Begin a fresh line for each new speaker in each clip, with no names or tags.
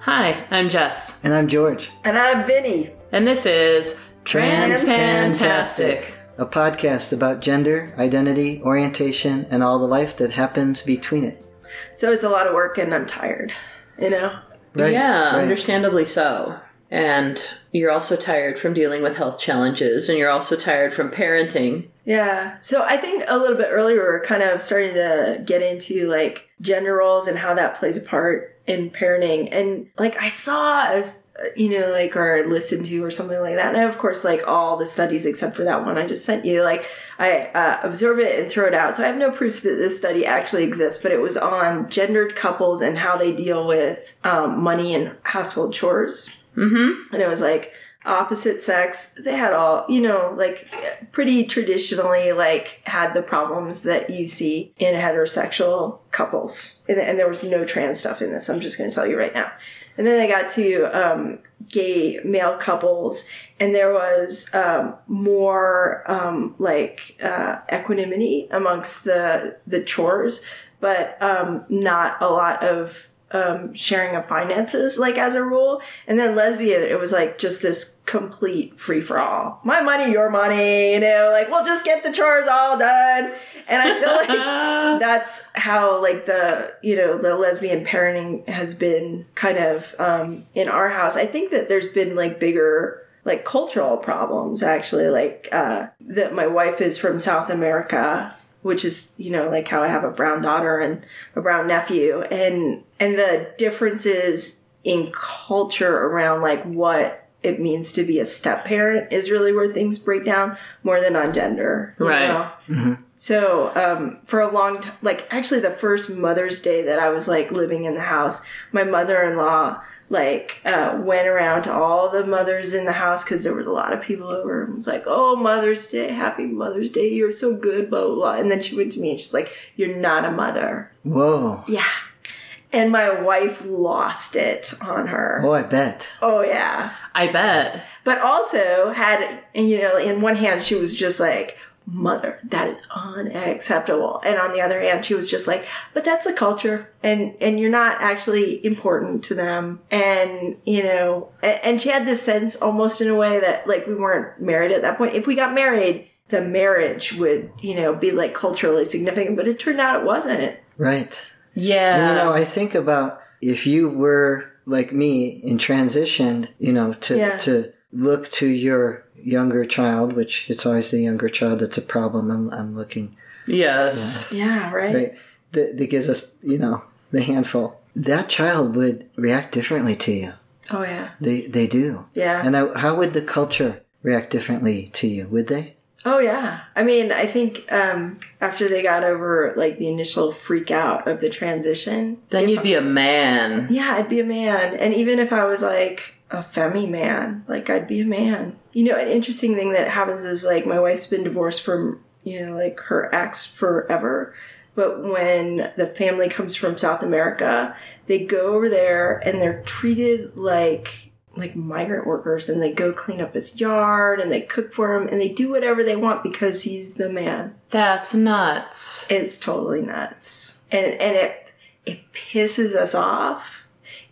Hi, I'm Jess,
And I'm George.
And I'm Vinny.
and this is Transpantastic.
A podcast about gender, identity, orientation, and all the life that happens between it.
So it's a lot of work and I'm tired, you know?
Right,
yeah,
right.
understandably so. And you're also tired from dealing with health challenges, and you're also tired from parenting.
Yeah. So I think a little bit earlier, we are kind of starting to get into like gender roles and how that plays a part in parenting. And like I saw, a, you know, like or listened to or something like that. And of course, like all the studies except for that one I just sent you, like I uh, observe it and throw it out. So I have no proofs that this study actually exists, but it was on gendered couples and how they deal with um, money and household chores. and it was like opposite sex they had all you know like pretty traditionally like had the problems that you see in heterosexual couples and, and there was no trans stuff in this i'm just going to tell you right now and then they got to um, gay male couples and there was um, more um, like uh, equanimity amongst the the chores but um, not a lot of um, sharing of finances, like as a rule. And then lesbian, it was like just this complete free for all. My money, your money, you know, like we'll just get the chores all done. And I feel like that's how like the, you know, the lesbian parenting has been kind of, um, in our house. I think that there's been like bigger, like cultural problems actually, like, uh, that my wife is from South America which is you know like how I have a brown daughter and a brown nephew and and the differences in culture around like what it means to be a step parent is really where things break down more than on gender you
Right.
know? so um, for a long time like actually the first mother's day that i was like living in the house my mother-in-law like uh, went around to all the mothers in the house because there was a lot of people over and was like oh mother's day happy mother's day you're so good blah blah blah and then she went to me and she's like you're not a mother
Whoa.
yeah and my wife lost it on her
Oh, I bet.
oh yeah
I bet.
but also had and, you know in one hand she was just like mother that is unacceptable and on the other hand she was just like but that's the culture and and you're not actually important to them and you know a- and she had this sense almost in a way that like we weren't married at that point if we got married the marriage would you know be like culturally significant but it turned out it wasn't
Right.
Yeah.
And you know, I think about if you were like me and transitioned, you know, to
Yeah.
to look to your younger child, which it's always the younger child that's a problem. I'm I'm looking
yes.
yeah right,
right that that gives us you know the handful. That child would react differently to you.
oh yeah
They they do.
yeah
And I, how would the culture react differently to you? Would they?
Oh yeah. I mean, I think um, after they got over like the initial freak out of the transition,
Then you'd be a man.
yeah, I'd be a man. And even if I was like a femi man, like I'd be a man. You know, an interesting thing that happens is like my wife's been divorced from, you know, like her ex forever. But when the family comes from South America, they go over there and they're treated like like migrant workers and they go clean up his yard and they cook for him and they do whatever they want because he's the man.
That's nuts.
It's totally nuts. And and it it pisses us off.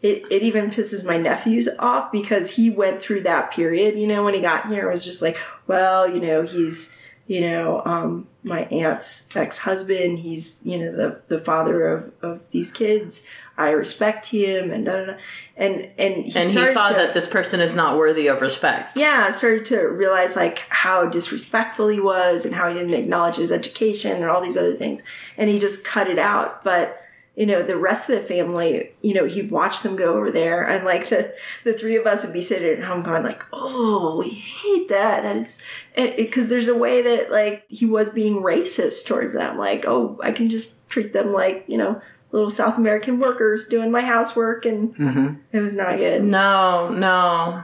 It it even pisses my nephews off because he went through that period, you know, when he got here it was just like, well, you know, he's you know, um, my aunt's ex husband, he's, you know, the, the father of, of these kids. I respect him and da da da. And and he,
and he
started
saw
to-
that this person is not worthy of respect.
yeah, I started to realize like how disrespectful he was and how he didn't acknowledge his education and all these other things. And he just cut it out. But, you know, the rest of the family, you know, he'd watch them go over there and like the, the three of us would be sitting at home going like, Oh, we hate that. That is because there's a way that like he was being racist towards them. Like, Oh, I can just treat them like, you know, little South American workers doing my housework. And it was not good.
No, no.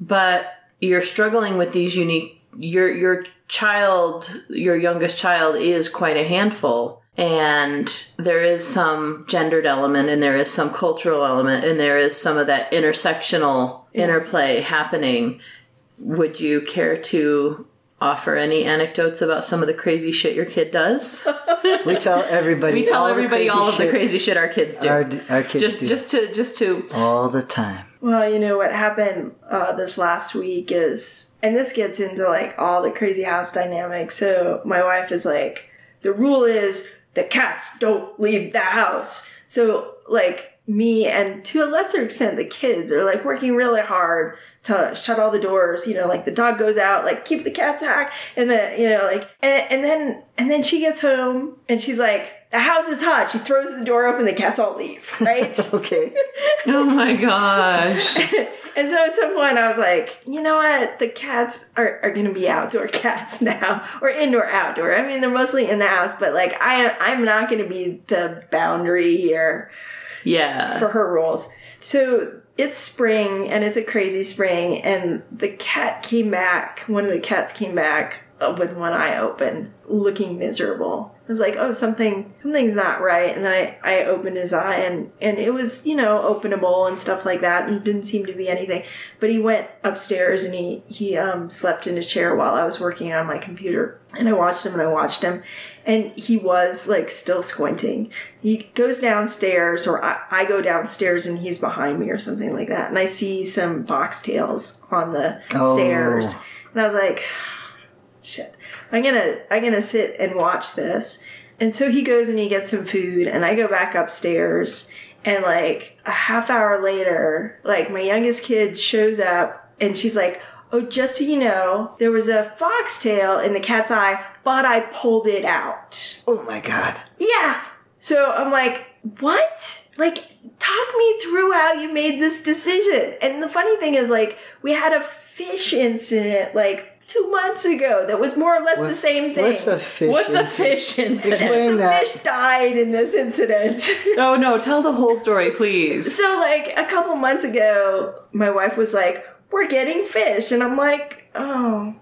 But you're struggling with these unique your your child, your youngest child is quite a handful and there is some gendered element and there is some cultural element and there is some of that intersectional interplay happening. Would you care to offer any anecdotes about some of the crazy shit your kid does?
We tell everybody.
We tell
all the
everybody
crazy
all of the
shit
crazy shit our kids do.
Our, our kids
just
do
just to just to
all the time.
Well, you know what happened uh, this last week is, and this gets into like all the crazy house dynamics. So my wife is like, the rule is the cats don't leave the house. So like me and to a lesser extent the kids are like working really hard to shut all the doors. You know, like the dog goes out, like keep the cats out, and the you know like and, and then and then she gets home and she's like. The house is hot. She throws the door open. The cats all leave, right?
Okay.
Oh my gosh.
And so at some point I was like, you know what? The cats are, are gonna be outdoor cats now. Or indoor outdoor. I mean they're mostly in the house, but like I I'm not gonna be the boundary here
Yeah.
for her rules. So it's spring and it's a crazy spring and the cat came back, one of the cats came back uh, with one eye open, looking miserable. I was like, oh something something's not right and I, I opened his eye and, and it was, you know, openable and stuff like that and didn't seem to be anything. But he went upstairs and he, he um slept in a chair while I was working on my computer. And I watched him and I watched him and he was like still squinting. He goes downstairs, or I, I go downstairs and he's behind me, or something like that. And I see some foxtails on the
Oh.
stairs, and I was like, "Shit, I'm gonna I'm gonna sit and watch this." And so he goes and he gets some food, and I go back upstairs. And like a half hour later, like my youngest kid shows up and she's like, Oh, just so you know, there was a foxtail in the cat's eye, but I pulled it out.
Oh my god.
Yeah. So I'm like, what? Like, talk me through how you made this decision. And the funny thing is, like, we had a fish incident like two months ago that was more or less the same thing.
What's a fish?
What's a
in-
fish incident?
Explain
Some
that.
fish died in this incident.
Oh no, tell the whole story, please.
So, like, a couple months ago, my wife was like, We're getting fish. And I'm like, Oh.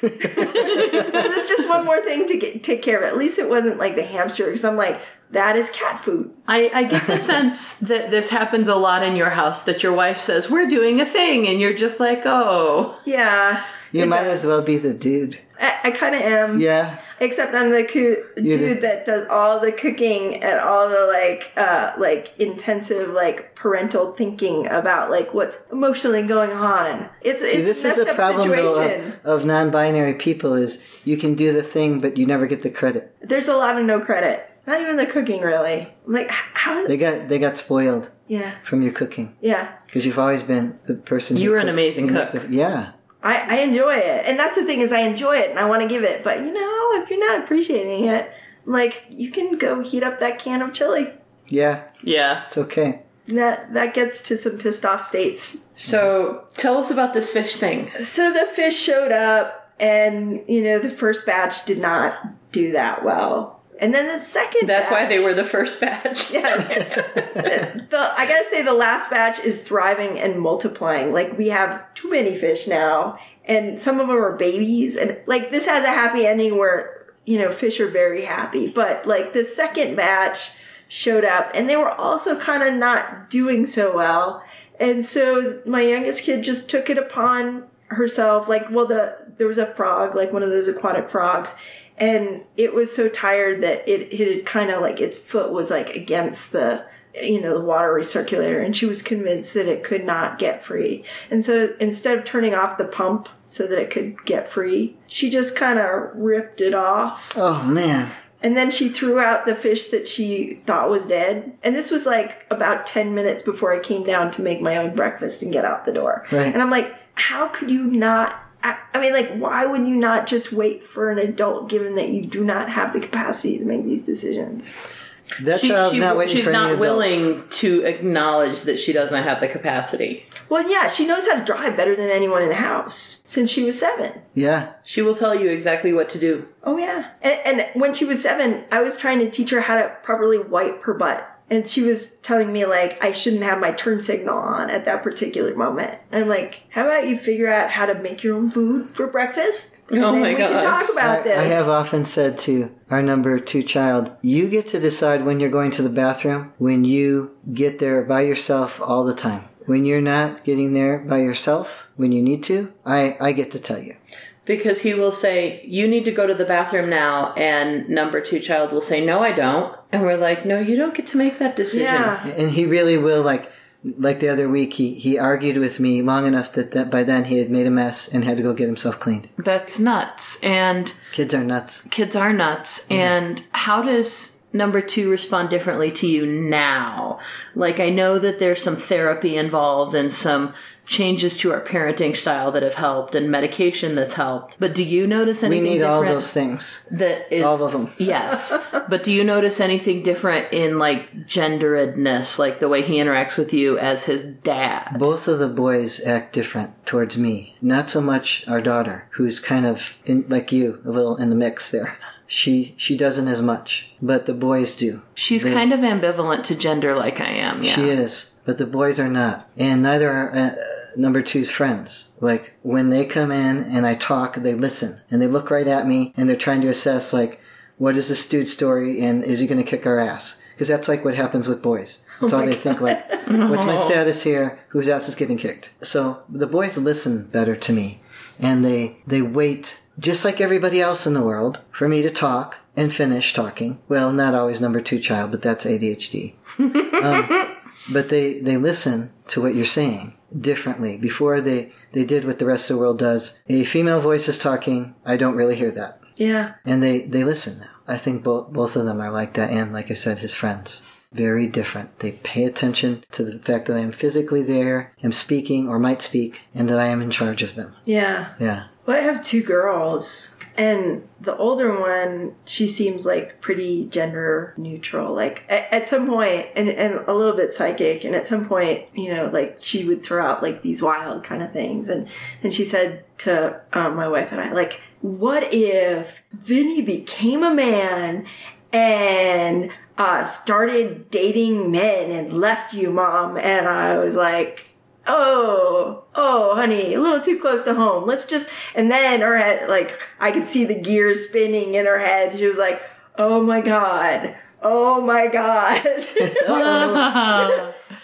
There's just one more thing to get, take care of. At least it wasn't like the hamster, because I'm like, That is cat food.
I, I get the sense that this happens a lot in your house that your wife says, We're doing a thing, and you're just like, Oh.
Yeah.
You
It
might
does.
as well be the dude.
I, I kind of am.
Yeah.
Except I'm the coo-
the-
dude that does all the cooking and all the like, uh, like intensive like parental thinking about like what's emotionally going on. It's
See, this
it's a messed
is a
up
problem though uh,
situation.
of, of non-binary people is you can do the thing but you never get the credit.
There's a lot of no credit. Not even the cooking really. Like h- how?
They got they got spoiled
yeah,
from your cooking
yeah.
because you've always been the person.
You
who
were an
cooked-
amazing
who
cook.
made the- yeah.
I, I enjoy it. And that's the thing is I enjoy it and I want to give it. But you know, if you're not appreciating it, like you can go heat up that can of chili.
Yeah.
Yeah.
It's okay.
That that gets to some pissed off states.
So tell us about this fish thing.
So the fish showed up, and you know the first batch did not do that well, and then the second.
That's why
batch,
they were the first batch.
Yes. the, I gotta say, the last batch is thriving and multiplying. Like we have too many fish now, and some of them are babies, and like this has a happy ending where you know fish are very happy. But like the second batch showed up, and they were also kind of not doing so well. And so my youngest kid just took it upon herself. Like, well, the there was a frog, like one of those aquatic frogs, and it was so tired that it it had kind of like its foot was like against the you know the water recirculator and she was convinced that it could not get free and so instead of turning off the pump so that it could get free she just kind of ripped it off
Oh man.
and then she threw out the fish that she thought was dead. And this was like about 10 minutes before I came down to make my own breakfast and get out the door.
Right.
And I'm like, how could you not? I I mean, like, why would you not just wait for an adult given that you do not have the capacity to make these decisions?
That
She-
child's
she-
not waiting
she's
for
not
any adults.
willing to acknowledge that she doesn't have the capacity.
Well, yeah, she knows how to drive better than anyone in the house since she was seven.
Yeah.
She will tell you exactly what to do.
Oh, yeah. And, and when she was seven, I was trying to teach her how to properly wipe her butt. And she was telling me, like, I shouldn't have my turn signal on at that particular moment. And I'm like, how about you figure out how to make your own food for breakfast? And
Oh
then
my
we
gosh.
can talk about
I,
this.
I have often said to our number two child, you get to decide when you're going to the bathroom when you get there by yourself all the time. When you're not getting there by yourself when you need to, I, I get to tell you.
because he will say, You need to go to the bathroom now. And number two child will say, No, I don't. And we're like, No, you don't get to make that decision.
Yeah.
And he really will like like the other week he, he argued with me long enough that, that by then he had made a mess and had to go get himself cleaned.
That's nuts. And
Kids are nuts.
kids are nuts.
Mm-hmm.
And how does number two respond differently to you now? Like, I know that there's some therapy involved and some changes to our parenting style that have helped and medication that's helped. But do you notice
We
anything
need
different
all those things.
that is
all of 'em.
yes. but do you notice anything different in like genderedness, like the way he interacts with you as his dad?
Both of the boys act different towards me. Not so much our daughter, who's kind of in, like you, a little in the mix there. She she doesn't as much, but the boys do.
She's kind of ambivalent to gender like I am. Yeah.
She is, but the boys are not, and neither are uh, number two's friends. Like when they come in and I talk, they listen and they look right at me and they're trying to assess like, what is this dude's story and is he going to kick our ass? Because that's like what happens with boys. That's all they think like, what's my status here? Whose ass is getting kicked? So the boys listen better to me, and they they wait. Just like everybody else in the world, for me to talk and finish talking. Well, not always number two child, but that's ADHD but they they listen to what you're saying differently before they they did what the rest of the world does a female voice is talking i don't really hear that
Yeah.
and they they listen now i think both both of them are like that and like i said his friends very different they pay attention to the fact that i am physically there am speaking or might speak and that i am in charge of them
Yeah.
yeah
Well, I have two girls, and the older one, she seems like pretty gender neutral. Like at, at some point, and, and a little bit psychic, and at some point, you know, like she would throw out like these wild kind of things, and and she said to um, my wife and I, like, what if Vinny became a man and uh, started dating men and left you, mom? And I was like, oh, oh, honey, a little too close to home. Let's just, and then her head, like, I could see the gears spinning in her head. She was like, oh my God. Oh my God.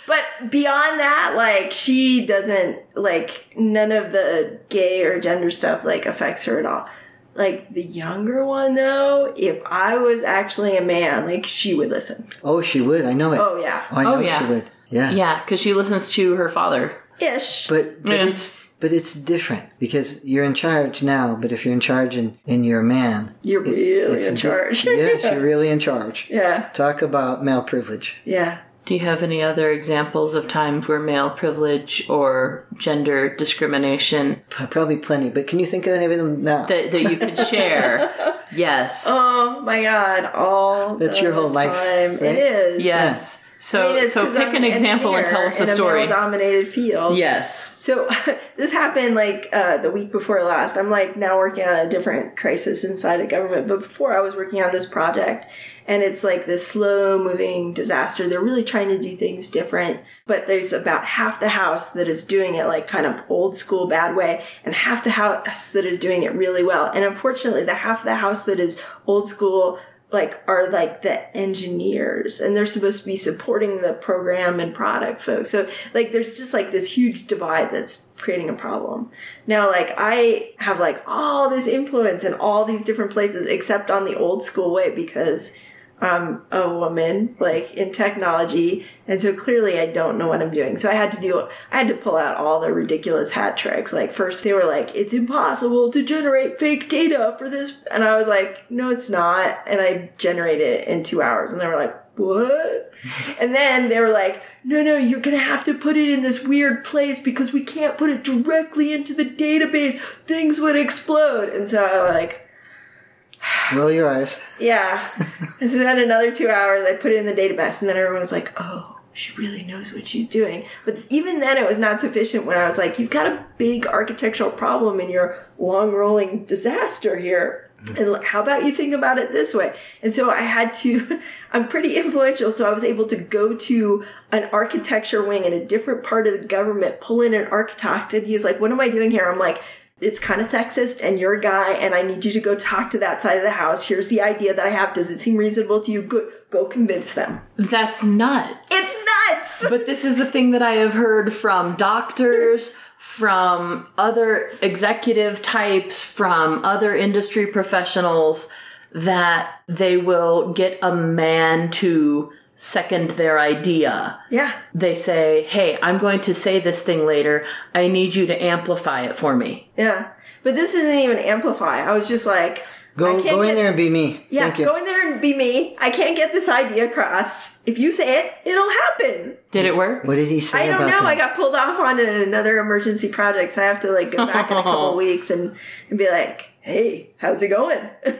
But beyond that, like she doesn't like none of the gay or gender stuff like affects her at all. Like the younger one though, if I was actually a man, like she would listen.
oh she would i know it
Oh yeah.
i know
Oh, yeah.
she would yeah
yeah, because she listens to her father.
Ish.
But, but
Yeah.
it's but it's different because you're in charge now. But if you're in charge and, and you're a man,
You're really
it's
in
di-
charge.
yes, you're really in charge.
yeah.
Talk about male privilege.
Yeah.
Do you have any other examples of times where male privilege or gender discrimination
P- Probably plenty. But can you think of any of them now?
that, that you could share? yes.
Oh my god. All
That's
the
your whole life,
time.
right?
It is.
yes.
I
So
mean, it's
so
'cause
pick
I'm
an example and
engineer
tell us
in
a story.
male-dominated field.
Yes.
So this happened like uh, the week before last. I'm like now working on a different crisis inside of government, but before I was working on this project, and it's like this slow moving disaster. They're really trying to do things different, but there's about half the house that is doing it like kind of old school bad way, and half the house that is doing it really well. And unfortunately, the half of the house that is old school like are like the engineers and they're supposed to be supporting the program and product folks. So like there's just like this huge divide that's creating a problem. Now like I have like all this influence in all these different places except on the old school way because I'm a woman like in technology and so clearly I don't know what I'm doing. So I had to do I had to pull out all the ridiculous hat tricks. Like first they were like it's impossible to generate fake data for this and I was like no it's not and I generated it in 2 hours and they were like what? And then they were like, no, no, you're going to have to put it in this weird place because we can't put it directly into the database. Things would explode. And so I like,
Roll your eyes.
yeah. and so then another two hours, I put it in the database, and then everyone was like, oh, she really knows what she's doing. But even then, it was not sufficient when I was like, you've got a big architectural problem in your long rolling disaster here. And how about you think about it this way? And so I had to, I'm pretty influential, so I was able to go to an architecture wing in a different part of the government, pull in an architect, and he's like, What am I doing here? I'm like, it's kind of sexist and you're a guy and I need you to go talk to that side of the house. Here's the idea that I have. Does it seem reasonable to you? Good. Go convince them.
That's nuts.
It's nuts.
but this is the thing that I have heard from doctors, from other executive types, from other industry professionals that they will get a man to second their idea.
Yeah.
They say, Hey, I'm going to say this thing later. I need you to amplify it for me.
Yeah. But this isn't even amplify. I was just like, I
Go
can't
go in
get-
there and be me.
Yeah,
Thank you.
go in there and be me. I can't get this idea across. If you say it, it'll happen.
Did it work?
what did he say
I don't
about
know.
that?
I got pulled off on another emergency project, so I have to like go back in a couple of weeks and, and be like, "Hey, how's it going?"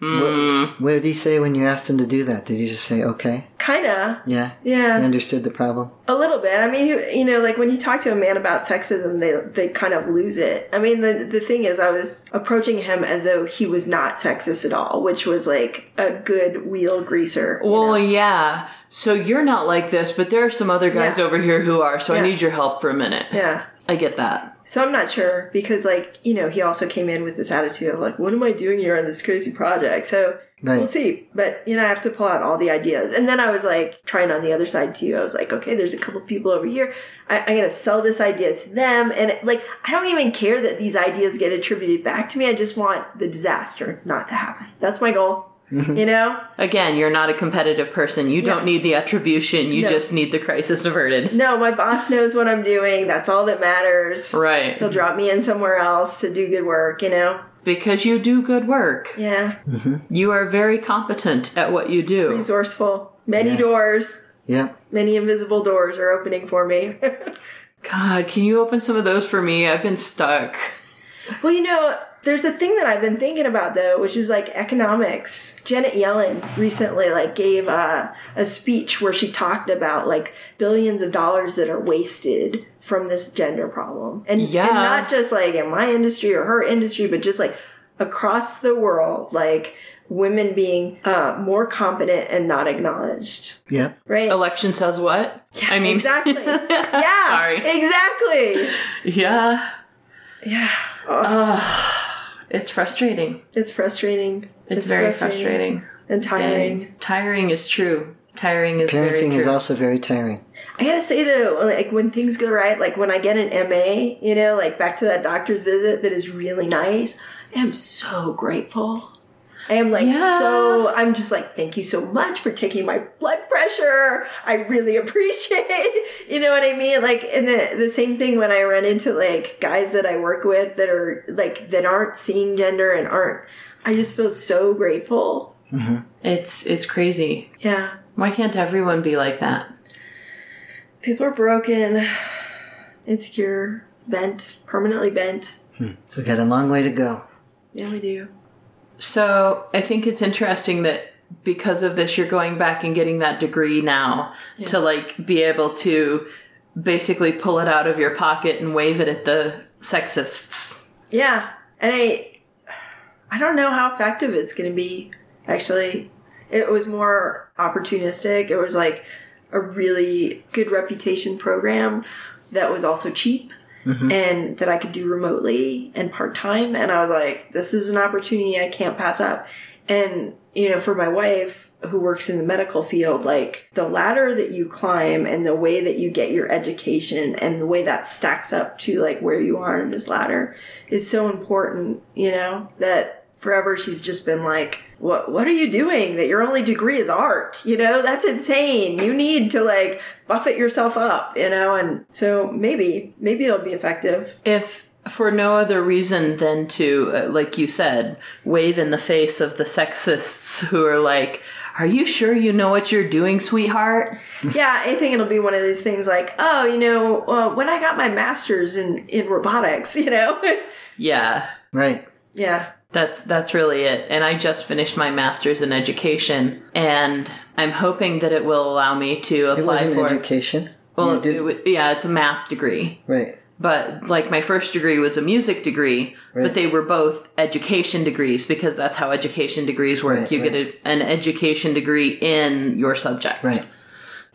what did he say when you asked him to do that? Did he just say okay?
Kinda,
Yeah.
yeah,
He understood the problem.
a little bit. I mean, you- you know, like when you talk to a man about sexism, they they kind of lose it. I mean, the the thing is, I was approaching him as though he was not sexist at all, which was like a good wheel greaser. you
Well,
know?
yeah. So you're not like this, but there are some other guys
Yeah.
over here who are, so I
Yeah.
need your help for a minute.
yeah.
I get that.
So I'm not sure because, like, you know, he also came in with this attitude of like, "What am I doing here on this crazy project?" So
Right.
we'll see. But you know, I have to pull out all the ideas, and then I was like trying on the other side too. I was like, "Okay, there's a couple people over here. I- I'm gonna sell this idea to them," and like, I don't even care that these ideas get attributed back to me. I just want the disaster not to happen. That's my goal. You know?
Again, you're not a competitive person. You don't need the attribution. You
No.
just need the crisis averted.
No, my boss knows what I'm doing. That's all that matters.
Right.
He'll drop me in somewhere else to do good work. You know?
Because you do good work.
Yeah.
You are very competent at what you do.
resourceful. Many doors,
Yep.
many invisible doors are opening for me.
God, can you open some of those for me? I've been stuck.
well, you know, there's a thing that I've been thinking about though, which is like economics. Janet Yellen recently like gave a, a speech where she talked about like billions of dollars that are wasted from this gender problem. And, and
Yeah.
not just like in my industry or her industry, but just like across the world, like women being uh, more competent and not acknowledged.
Yep.
Right?
Election says what? I mean,
exactly. yeah.
Sorry.
Exactly.
yeah.
Yeah.
Uh, It's frustrating.
It's frustrating.
It's, very frustrating.
and tiring.
Dang. Tiring is true. Tiring is very
Parenting
true.
is also very tiring.
I gotta say though, like when things go right, like when I get an MA, you know, like back to that doctor's visit that is really nice, I am so grateful. I am like
Yeah.
so. I'm just like, thank you so much for taking my blood pressure. I really appreciate. It. You know what I mean? Like, and the the same thing when I run into like guys that I work with that are like that aren't seeing gender and aren't. I just feel so grateful.
it's it's crazy.
Yeah,
Why can't everyone be like that?
people are broken, insecure, bent, permanently bent.
We got a long way to go.
Yeah, we do.
So I think it's interesting that because of this, you're going back and getting that degree now to like be able to basically pull it out of your pocket and wave it at the sexists.
Yeah, and I, I don't know how effective it's going to be. Actually, it was more opportunistic. It was like a really good reputation program that was also cheap. And that I could do remotely and part time. And I was like, this is an opportunity I can't pass up. And, you know, for my wife who works in the medical field, like the ladder that you climb and the way that you get your education and the way that stacks up to like where you are in this ladder is so important, you know, that forever she's just been like, what, what are you doing that your only degree is art? You know, that's insane. You need to like buffet yourself up, you know? And so maybe, maybe it'll be effective.
If for no other reason than to, uh, like you said, wave in the face of the sexists who are like, Are you sure you know what you're doing, sweetheart?
Yeah, I think it'll be one of those things like, oh, you know, uh, when I got my master's in, in robotics, you know?
Yeah.
Right.
yeah.
That's that's really it. And I just finished my masters in education and I'm hoping that it will allow me to
It
apply
wasn't
for
education.
well
You did-
it wa- yeah, it's a math degree.
right.
But like my first degree was a music degree, but
Right.
they were both education degrees because that's how education degrees work.
Right,
you
right.
get a, an education degree in your subject.
Right.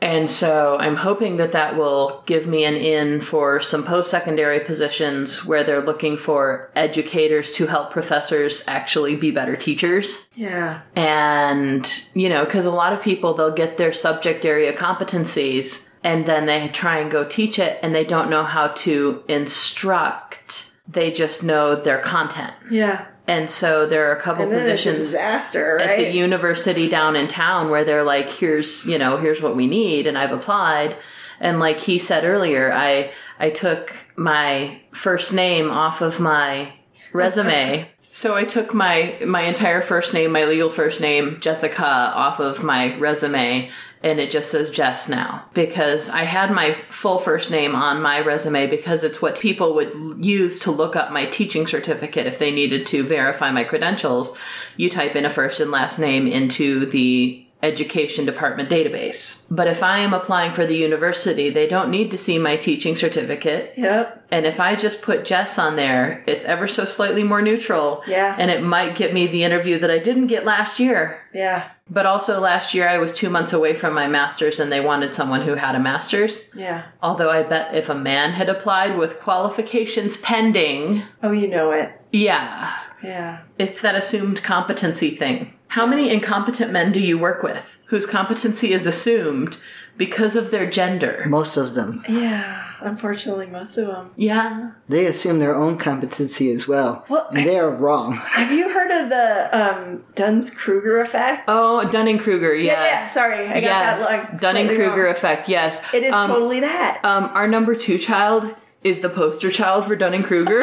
And so I'm hoping that that will give me an in for some post secondary positions where they're looking for educators to help professors actually be better teachers.
Yeah.
And, you know, because a lot of people, they'll get their subject area competencies and then they try and go teach it and they don't know how to instruct. They just know their content.
Yeah.
And so there are a couple
And then it's a
positions
disaster, right?
at the university down in town where they're like here's you know here's what we need and i've applied and like he said earlier i i took my first name off of my resume so i took my my entire first name my legal first name jessica off of my resume and it just says Jess now because I had my full first name on my resume because it's what people would l- use to look up my teaching certificate if they needed to verify my credentials. You type in a first and last name into the education department database. But if I am applying for the university, they don't need to see my teaching certificate.
yep.
And if I just put Jess on there, it's ever so slightly more neutral.
Yeah.
And it might get me the interview that I didn't get last year.
Yeah.
But also last year I was two months away from my master's and they wanted someone who had a master's.
Yeah.
Although I bet if a man had applied with qualifications pending,
Oh, you know it.
yeah,
Yeah.
it's that assumed competency thing. How many incompetent men do you work with whose competency is assumed because of their gender?
Most of them.
Yeah. Unfortunately, most of them.
Yeah.
They assume their own competency as well.
Well,
and they are wrong.
Have you heard of the um, Duns Kruger effect?
Oh, Dunning Kruger,
yeah, yeah,
yes.
Sorry, I got that.
yes.
Like,
Dunning Kruger
slightly wrong.
effect, yes.
It is
um,
totally that.
um, our number two child is the poster child for Dunning Kruger.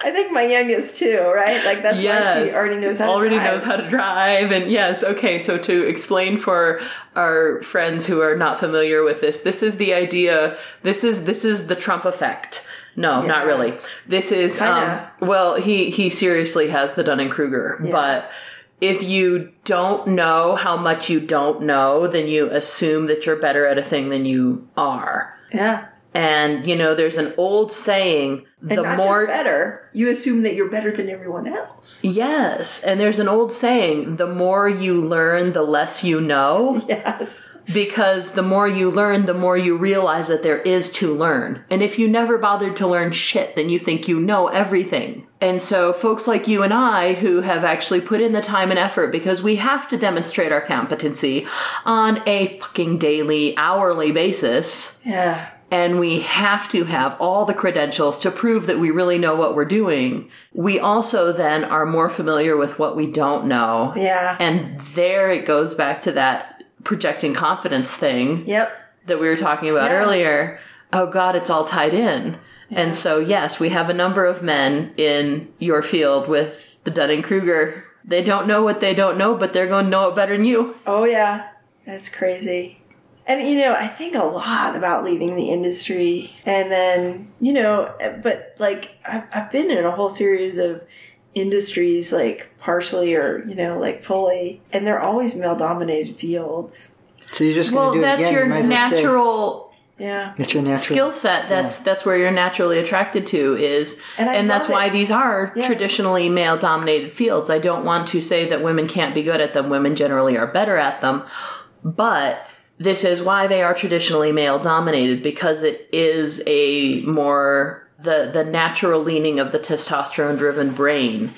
I think my youngest too, right? Like that's why she already knows how. to
already
drive.
knows how to drive and yes okay so to explain for our friends who are not familiar with this this is the idea this is this is the trump effect no not really this is um,
Kinda.
well he he seriously has the dunning-kruger but if you don't know how much you don't know then you assume that you're better at a thing than you are
Yeah.
and you know there's an old saying
And
the
not
more
just better, you assume that you're better than everyone else.
Yes, and there's an old saying the more you learn, the less you know,
Yes.
because the more you learn, the more you realize that there is to learn. And if you never bothered to learn shit, then you think you know everything. And so, folks like you and I, who have actually put in the time and effort because we have to demonstrate our competency on a fucking daily, hourly basis,
Yeah.
and we have to have all the credentials to prove that we really know what we're doing, we also then are more familiar with what we don't know.
Yeah.
And there it goes back to that projecting confidence thing
yep.
that we were talking about
Yeah.
earlier. Oh God, it's all tied in. And so, yes, we have a number of men in your field with the Dunning Kruger. They don't know what they don't know, but they're going to know it better than you.
Oh yeah. That's crazy. And you know, I think a lot about leaving the industry, and then you know, but like I've, I've been in a whole series of industries, like partially or you know, like fully, and they're always male dominated fields.
So you're just
Well,
going to do it
that's
again.
your
you might as well stay.
natural
Yeah.
That's your natural
skill set that's that's where you're naturally attracted to is
And
and,
I
that's
love it.
why these are
Yeah.
traditionally male dominated fields i don't want to say that women can't be good at them women generally are better at them but this is why they are traditionally male dominated because it is a more the the natural leaning of the testosterone driven brain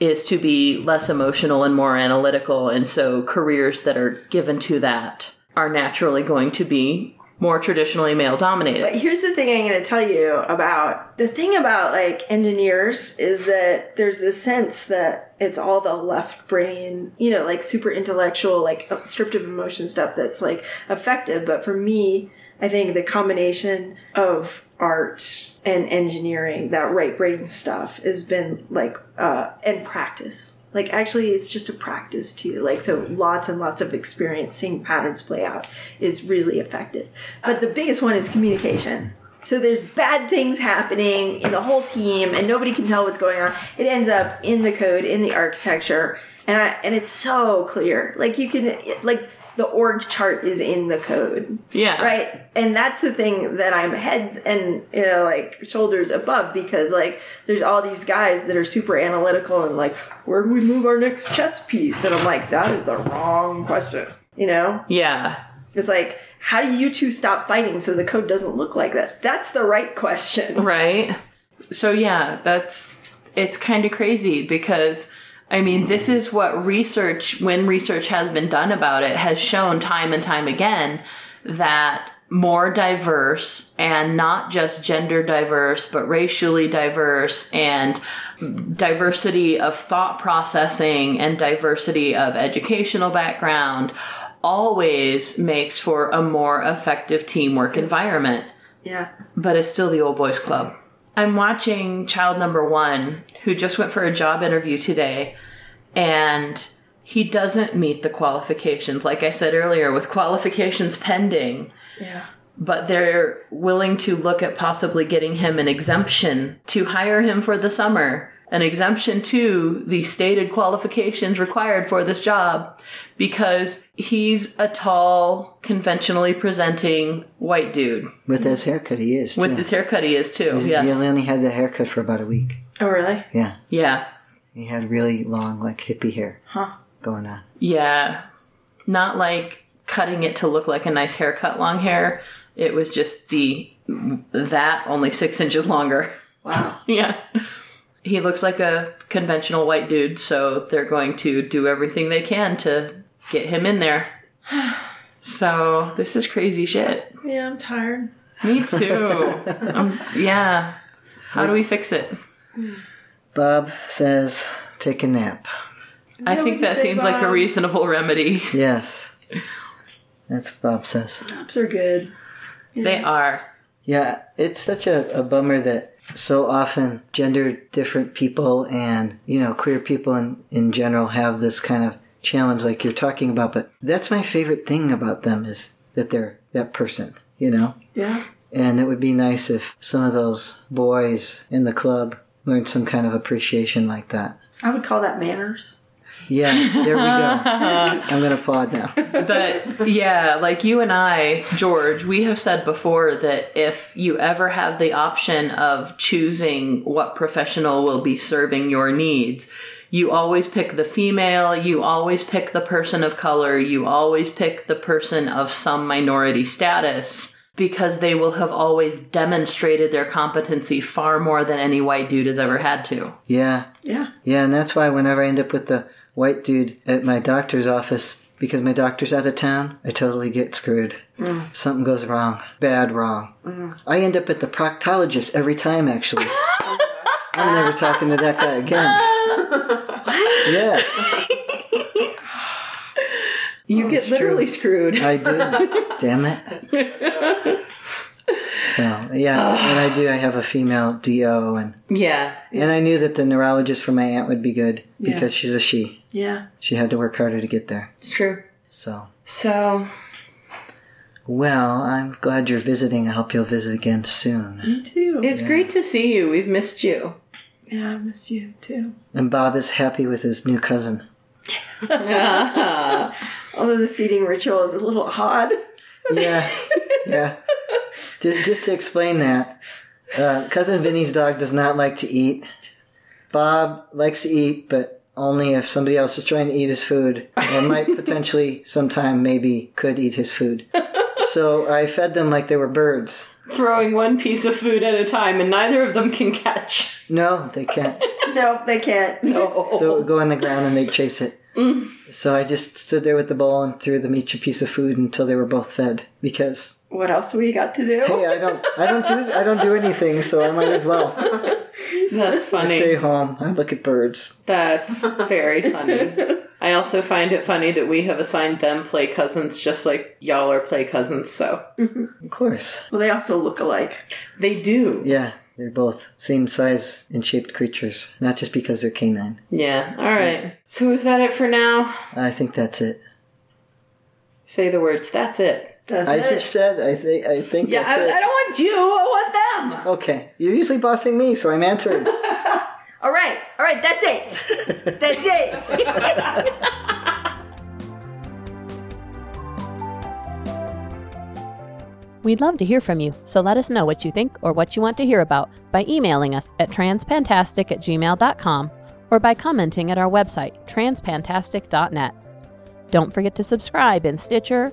is to be less emotional and more analytical. And so careers that are given to that are naturally going to be more traditionally male dominated.
But here's the thing I'm going to tell you about. The thing about like engineers is that there's this sense that it's all the left brain, you know, like super intellectual, like stripped of emotion stuff that's like effective. But for me, I think the combination of art and engineering, that right brain stuff, has been like, uh, and practice. Like, actually, it's just a practice too. Like, so lots and lots of experience seeing patterns play out is really effective. But the biggest one is communication. So there's bad things happening in the whole team, and nobody can tell what's going on. It ends up in the code, in the architecture, and I, and it's so clear. Like you can, like the org chart is in the code,
Yeah.
right? And that's the thing that I'm heads and you know like shoulders above because like there's all these guys that are super analytical and like where do we move our next chess piece? And I'm like that is the wrong question, you know?
Yeah.
It's like, how do you two stop fighting so the code doesn't look like this? That's the right question.
Right? So yeah, that's it's kind of crazy because I mean, this is what research when research has been done about it has shown time and time again that more diverse and not just gender diverse, but racially diverse and diversity of thought processing and diversity of educational background always makes for a more effective teamwork environment
Yeah.
but it's still the old boys club. I'm watching child number one, who just went for a job interview today, and he doesn't meet the qualifications, like I said earlier, with qualifications pending,
Yeah.
but they're willing to look at possibly getting him an exemption to hire him for the summer, an exemption to the stated qualifications required for this job, because he's a tall, conventionally presenting white dude.
With his haircut, he is.
With
too.
his haircut, he is too. Yes.
He
Yeah.
only had the haircut for about a week.
Oh, really?
Yeah.
yeah.
He had really long, like hippie hair
Huh.
going on.
Not like cutting it to look like a nice haircut, long hair. It was just the that only six inches longer.
Wow.
yeah. He looks like a conventional white dude, so they're going to do everything they can to get him in there. So this is crazy shit.
yeah, I'm tired.
Me too. um, yeah. How do we fix it?
Bob says, "Take a nap."
I
Yeah,
think
we
that
just say
seems like a
bye.
reasonable remedy.
Yes. That's what Bob says.
Naps are good.
They are.
Yeah, it's such a, a bummer that so often gender different people and, you know, queer people in, in general have this kind of challenge like you're talking about, but that's my favorite thing about them is that they're that person, you know?
Yeah.
And it would be nice if some of those boys in the club learned some kind of appreciation like that.
I would call that manners.
Yeah, there we go. I'm going to applaud now.
But yeah, like you and I, George, we have said before that if you ever have the option of choosing what professional will be serving your needs, you always pick the female, you always pick the person of color, you always pick the person of some minority status because they will have always demonstrated their competency far more than any white dude has ever had to.
Yeah,
Yeah.
Yeah, and that's why whenever I end up with the white dude at my doctor's office, because my doctor's out of town, I totally get screwed. Something goes wrong. Bad wrong. I end up at the proctologist every time, actually. I'm never talking to that guy again. Yes,
You get literally screwed.
I do. Damn it. So, yeah, when I do, I have a female DO, and,
yeah.
and I knew that the neurologist for my aunt would be good because she's a she.
Yeah.
She had to work harder to get there.
It's true.
So,
So,
Well, I'm glad you're visiting. I hope you'll visit again soon.
Me too.
It's great to see you. We've missed you.
yeah, I miss you too.
And Bob is happy with his new cousin.
Although the feeding ritual is a little odd.
Yeah, yeah. Just, just to explain that, uh, cousin Vinny's dog does not like to eat. Bob likes to eat, but only if somebody else is trying to eat his food, or might potentially sometime maybe could eat his food. So I fed them like they were birds.
Throwing one piece of food at a time, and neither of them can catch.
No, they can't.
No, they can't.
No.
So it would go on the ground and they'd chase it. So I just stood there with the bowl and threw them each a piece of food until they were both fed. Because
What else we got to do?
hey, I don't, I don't do, I don't do anything, so I might as well
That's
stay
funny.
home. I look at birds.
That's very funny. I also find it funny that we have assigned them play cousins just like y'all are play cousins, so.
Of course,
Well, they also look alike.
They do.
yeah, they're both same size and shaped creatures. Not just because they're canine.
Yeah. All right. So, is that it for now?
I think that's it.
Say the words. That's it.
That's
I
it.
just said, I think, I think
Yeah, I,
that's it.
I don't want you. I want them.
Okay, you're usually bossing me, so I'm answering.
All right, all right, that's it. That's it.
We'd love to hear from you, so let us know what you think or what you want to hear about by emailing us at transpantastic at gmail.com or by commenting at our website, transpantastic.net. Don't forget to subscribe in Stitcher,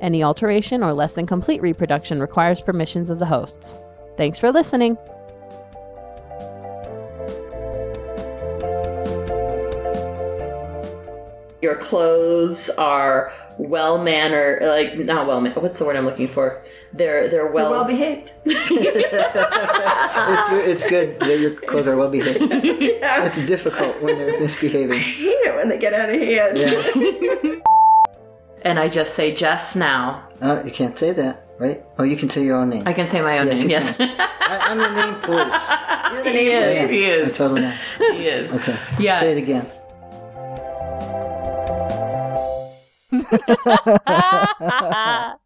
Any alteration or less than complete reproduction requires permissions of the hosts. Thanks for listening!
Your clothes are well mannered, like not well. What's the word I'm looking for? They're they're well.
They're well behaved.
It's, it's good that your clothes are well behaved.
yeah.
It's difficult when they're
I
misbehaving.
hate it when they get out of hand.
Yeah.
and I just say Jess now.
Oh, you can't say that, right? Oh, you can say your own name.
I
I,
can say my own
Yes,
name.
you
Yes,
I'm the name police.
You're the
he
name
is. He
I
is.
totally am.
He is.
Okay.
Yeah.
Say it again.